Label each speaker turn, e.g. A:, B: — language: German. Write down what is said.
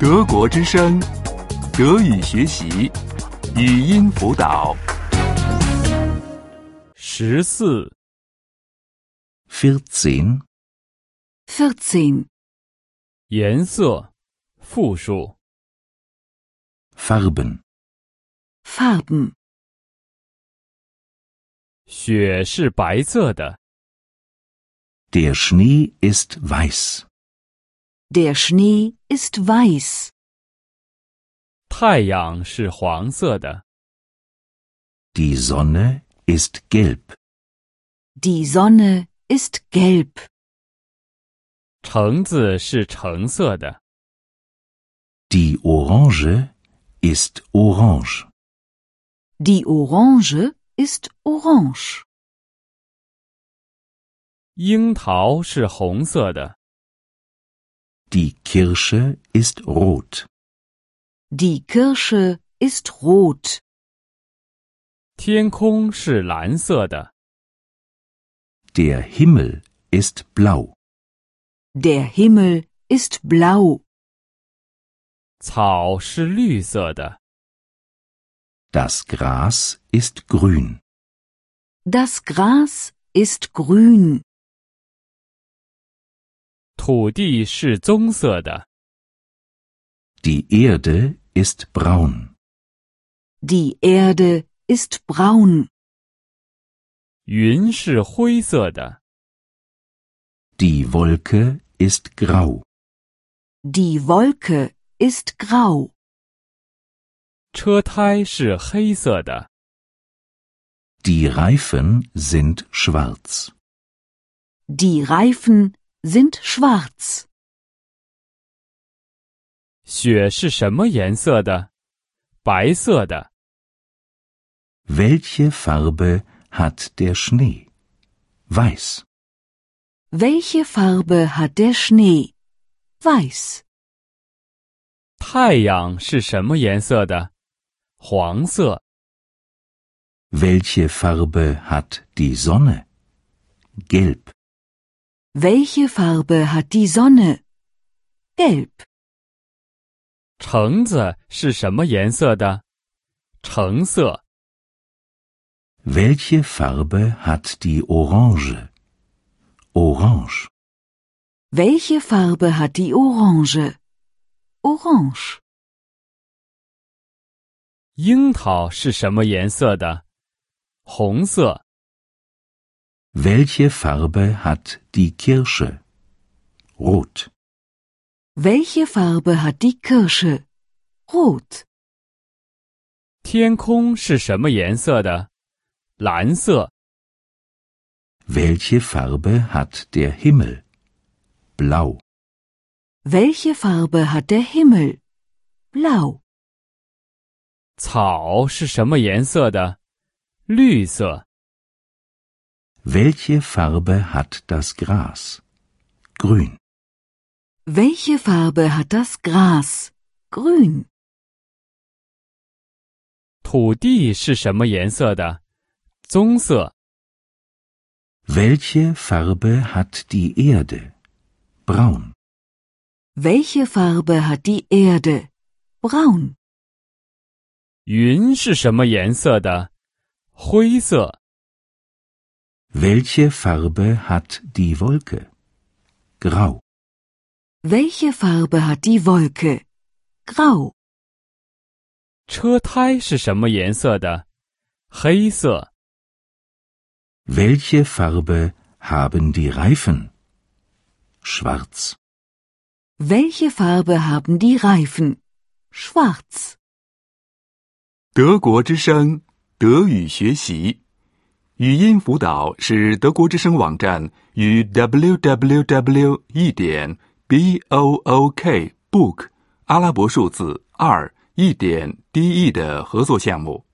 A: 德国之声，德语学习，语音辅导。
B: 十四，
C: 14.
D: 14.
B: 颜色，复数，
C: Farben.
D: Farben.
B: 雪是白色的，
C: Der Schnee ist weiß.
D: Der Schnee ist weiß.
B: 太阳是黄色的，
C: Die Sonne ist gelb.
D: Die Sonne ist gelb.
B: 橙子是橙色的，
C: Die Orange ist orange.
D: Die Orange ist orange.
B: 樱桃是红色的，
C: Die Kirsche ist rot.
D: Die Kirsche ist rot.
B: 天空是蓝色的，
C: Der Himmel ist blau.
D: Der Himmel ist blau.
B: 草是绿色的，
C: Das Gras ist grün.
D: Das Gras ist grün.
B: 土地是棕色的，
C: Die Erde ist braun.
D: Die Erde ist braun.
B: 云是灰色的，
C: Die Wolke ist grau.
D: Die Wolke ist grau.
B: 车胎是黑色的，
C: Die Reifen sind schwarz.
D: Die Reifen sind schwarz.
B: 雪是什么颜色的？白色的，
C: Welche Farbe hat der Schnee? Weiß.
D: Welche Farbe hat der Schnee? Weiß.
B: 太阳是什么颜色的？黄色。
C: Welche Farbe hat die Sonne? Gelb.
D: Welche Farbe hat die Sonne? Gelb.
B: 橙子是什么颜色的？橙色。
C: Welche Farbe hat die Orange? Orange.
D: Welche Farbe hat die Orange? Orange.
B: 樱桃是什么颜色的？红色。
C: Welche Farbe hat die Kirsche? Rot.
D: Welche Farbe hat die Kirsche? Rot.
B: 天空是什么颜色的？蓝色。
C: Welche Farbe hat der Himmel? Blau.
D: Welche Farbe hat der Himmel? Blau.
B: 草是什么颜色的？绿色。
C: Welche Farbe hat das Gras? Grün.
D: Welche Farbe hat das Gras? Grün.
B: 土地是什么颜色的？棕色。
C: Welche Farbe hat die Erde? Braun.
D: Welche Farbe hat die Erde? Braun.
B: 云是什么颜色的？灰色。
C: Welche Farbe hat die Wolke? Grau.
D: Welche Farbe hat die Wolke? Grau.
B: 车胎是什么颜色的？黑色。
C: Welche Farbe haben die Reifen? Schwarz.
D: Welche Farbe haben die Reifen? Schwarz.
A: 德国之声，德语学习，语音辅导是德国之声网站与 www. 一点 b o o k book 阿拉伯数字二一点 d e 的合作项目。